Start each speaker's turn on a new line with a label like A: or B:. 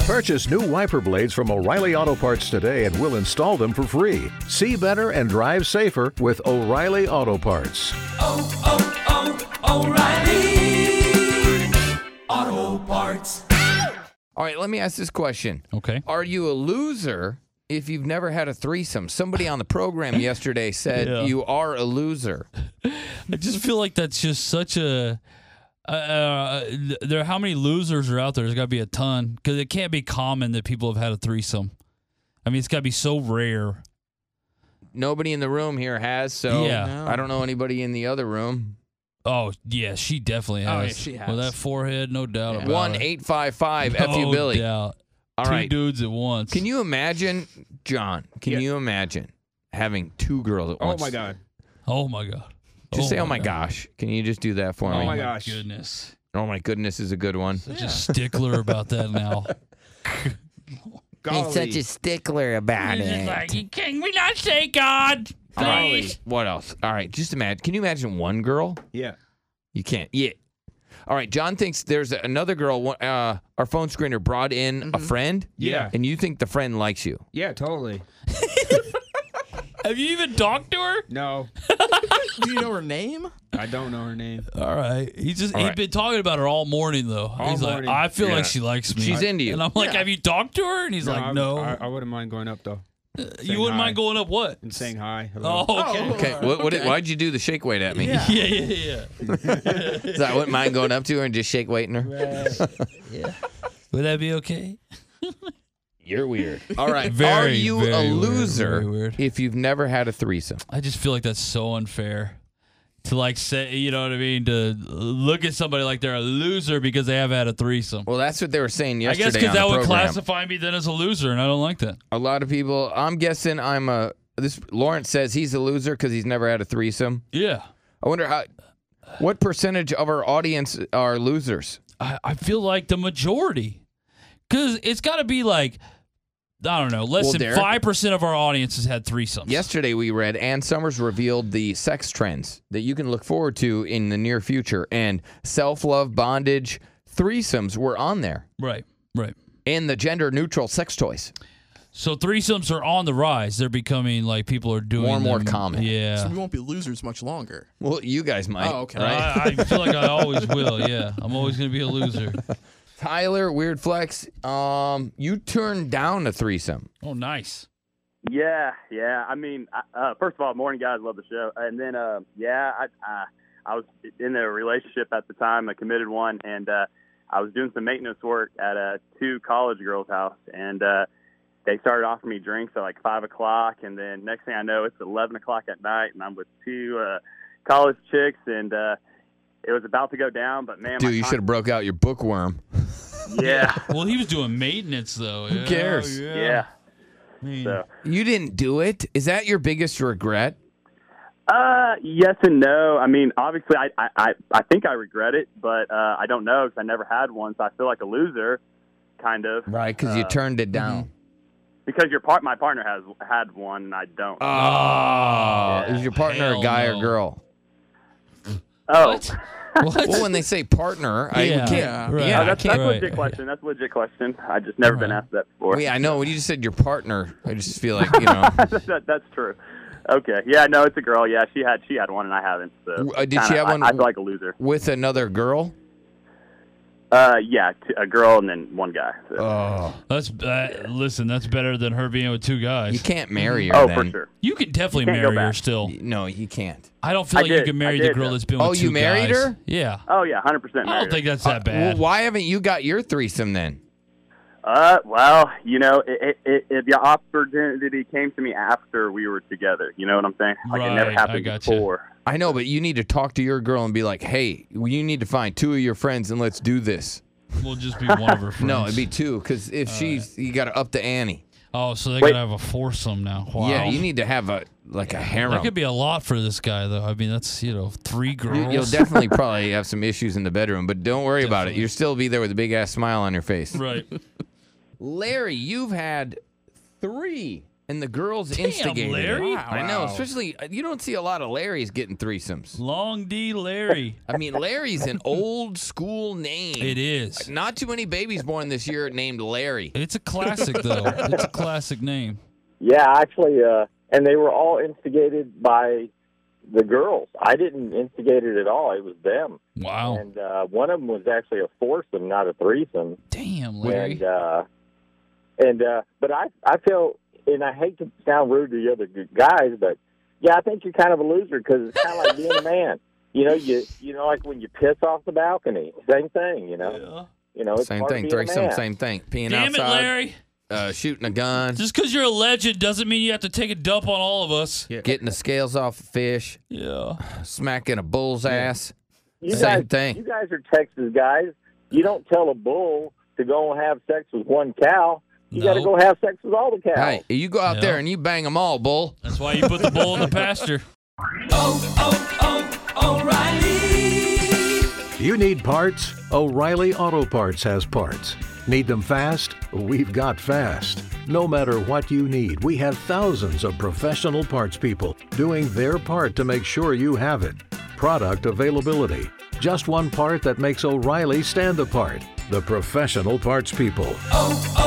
A: Purchase new wiper blades from O'Reilly Auto Parts today and we'll install them for free. See better and drive safer with O'Reilly Auto Parts.
B: oh, oh, O'Reilly. Auto parts.
C: All right, let me ask this question.
D: Okay.
C: Are you a loser if you've never had a threesome? Somebody on the program yesterday said
D: Yeah.
C: you are a loser.
D: I just feel like that's just such a. Uh, uh, th- there, how many losers are out there? There's got to be a ton because it can't be common that people have had a threesome. I mean, it's got to be so rare.
C: Nobody in the room here has, so
D: Yeah.
C: I don't know anybody in the other room.
D: Oh yeah, she definitely
E: Oh,
D: has.
E: yeah, she
D: With
E: has.
D: that forehead, no doubt about
C: One
D: it.
C: eight five five
D: no
C: F U Billy.
D: Doubt.
C: All
D: Two
C: right.
D: dudes at once.
C: Can you imagine, John? Can you imagine having two girls at
E: Oh
C: once?
E: my god.
D: Oh my god.
C: Just say, "Oh my gosh!" Can you just do that for
D: Oh
C: me?
D: my
E: gosh.
D: goodness.
C: oh my goodness is a good one.
D: Such a stickler about that now.
E: Golly.
C: stickler about
D: can we not say God,
C: All right. What else? All right. Just imagine. Can you imagine one girl?
E: yeah.
C: You can't. Yeah. All right. John thinks there's another girl. one- Uh, our phone screener brought in a
D: Mm-hmm.
C: friend.
E: Yeah.
C: And you think the friend likes you.
E: Yeah, totally.
D: Have you even talked to her?
E: No,
F: Do you know her name?
E: I don't know her name.
D: All right. He just
C: All
D: he's
C: right.
D: been talking about her all morning though. he's
E: morning.
D: like, I feel
C: Yeah.
D: like she likes me.
C: She's into you.
D: And I'm like, have you talked to her? And he's
E: I,
D: like, No.
E: I, I wouldn't mind going up though
D: you wouldn't
E: hi.
D: mind going up what?
E: and saying hi. Hello.
D: Oh, okay.
C: Okay. What, what did- why'd you do the shake weight at me?
F: Yeah.
D: Yeah, yeah, yeah.
C: So I wouldn't mind going up to her and just shake weighting her.
D: Would that be okay?
C: You're weird. All right. Are
D: Very,
C: you
D: very
C: a
D: weird,
C: loser
D: very weird.
C: if you've never had a threesome?
D: I just feel like that's so unfair to like say, you know what I mean, to look at somebody like they're a loser because they have had a threesome.
C: Well, that's what they were saying
D: I
C: yesterday.
D: guess because
C: on
D: that
C: the
D: would
C: program.
D: classify me then as a loser, and I don't like that.
C: a lot of people. I'm guessing I'm a. This Lawrence says he's a loser because he's never had a threesome.
D: Yeah.
C: I wonder how. What percentage of our audience are losers?
D: I, I feel like the majority, because it's got to be like, I don't know, less
C: Well,
D: than
C: Derek-
D: five percent of our audience has had threesomes.
C: Yesterday we read Ann Summers revealed the sex trends that you can look forward to in the near future, and self-love, bondage, threesomes were on there,
D: Right. Right.
C: and the gender-neutral sex toys.
D: So threesomes are on the rise. They're becoming like people are doing
C: More and more
D: them.
C: common.
F: So
D: Yeah.
F: we won't be losers much longer.
C: Well, you guys might.
F: Oh, okay.
C: Right?
D: I, I feel like I always will. Yeah. I'm always gonna be a loser.
C: Tyler, weird flex. Um, you turned down a threesome.
D: Oh, nice.
G: Yeah, yeah. I mean, I- uh, first of all, morning guys, love the show, and then uh, yeah, I, I I was in a relationship at the time, a committed one, and uh, I was doing some maintenance work at uh, two college girls' house, and uh, they started offering me drinks at like five o'clock, and then next thing I know, it's eleven o'clock at night, and I'm with two uh, college chicks, and uh, it was about to go down, but man, my
C: Dude, you
G: con-
C: should have broke out your bookworm.
G: yeah,
D: Well, he was doing maintenance though. Who
C: cares?
D: Yeah. Oh,
G: yeah.
D: Man.
G: So.
C: You didn't do it. Is that your biggest regret?
G: Uh, yes and no. I mean, obviously, I I, I, I think I regret it, but uh, I don't know because I never had one, so I feel like a loser, kind of.
C: Right, because you
G: Uh,
C: turned it down.
G: Because your part, my partner has had one, and I don't. mm-hmm.
C: Oh, is your partner a
D: Hell
C: guy or
D: no.
C: girl?
G: oh,
D: What?
C: Well, when they say partner, I
D: Yeah.
C: can't.
F: Yeah.
D: Right.
C: Yeah,
G: Oh, that's,
D: I
G: that's
D: can't-
G: a legit question. That's a legit question. I just never been asked that before.
C: Wait, I know. When you just said your partner, I just feel like you know.
G: that, that's true. Okay. Yeah. No, it's a girl. Yeah, she had she had one, and I haven't. So
C: Uh, did she
G: kinda-
C: have
G: I-
C: one-
G: I, feel like a loser.
C: with another girl.
G: Uh, yeah, t- a girl and then one guy. So.
C: Oh,
D: That's uh, listen. That's better than her being with two
C: you
D: guys.
C: can't marry her.
G: oh,
C: then.
G: for sure.
D: You can definitely
G: can't go
D: marry her
G: back.
D: still.
C: No, you can't.
D: I don't feel
G: I
D: like you
G: did.
D: can
G: I
D: marry the
G: did,
D: girl
G: though.
D: that's been
C: Oh,
D: with two
C: you married
D: guys.
C: her?
D: Yeah.
G: Oh yeah, hundred percent.
D: I don't think that's
C: Uh,
D: that
C: well,
D: bad.
C: why haven't you got your threesome then?
G: Uh, well, you know, it, it, it, the opportunity came to me after we were together. You know what I'm saying? Like it never
D: Right, I
G: happened
D: gotcha.
G: before.
C: I know, but you need to talk to your girl and be like, "Hey, you need to find two of your friends and let's do this."
D: we'll just be one of her friends.
C: No, it'd be two because
D: Uh,
C: if she's, you got to up the ante.
D: Oh, so they
G: Wait.
D: gotta have a foursome now. Wow.
C: Yeah, you need to have a like a harem.
D: That could be a lot for this guy, though. I mean, that's you know three girls.
C: You, will definitely probably have some issues in the bedroom, but don't worry about it.
D: Definitely.
C: You'll still be there with a big ass smile on your face.
D: right.
C: Larry, you've had three and the girls instigated.
D: Larry.
C: It. I know,
E: Wow.
C: especially uh, you don't see a lot of Larrys getting threesomes.
D: Long D Larry.
C: I mean, Larry's an old school name.
D: It is.
C: Not too many babies born this year named Larry.
D: It's a classic though. it's a classic name.
G: Yeah, actually, uh, and they were all instigated by the girls. I didn't instigate it at all. It was them.
D: Wow.
G: And uh, one of them was actually a foursome, not a threesome.
D: Damn,
G: And
D: Larry.
G: uh, and uh, but I I feel, and I hate to sound rude to the other g- guys, but yeah, I think you're kind of a loser because it's kind of like being a man. You know, you you know, like when you piss off the balcony, same thing. You know, you know, it's
C: Same
G: part of
C: thing,
G: being a
C: threesome,
G: man.
C: same thing. Peeing
D: Damn it,
C: outside,
D: Larry.
C: uh, shooting a gun,
D: Just because you're a legend doesn't mean you have to take a dump on all of us.
C: getting the scales off a fish,
D: Yeah.
C: smacking a bull's ass.
G: You
C: Same
G: guys,
C: thing.
G: You guys are Texas guys. You don't tell a bull to go and have sex with one cow. You got to
D: No.
G: go have sex with all the cows.
C: Hey, you go out
D: Yeah.
C: there and you bang them all, bull.
D: That's why you put the bull in the pasture.
B: Oh, oh, oh, O'Reilly.
A: You need parts? O'Reilly Auto Parts has parts. Need them fast? We've got fast. No matter what you need, we have thousands of professional parts people doing their part to make sure you have it. Product availability. Just one part that makes O'Reilly stand apart. The professional parts people.
B: Oh,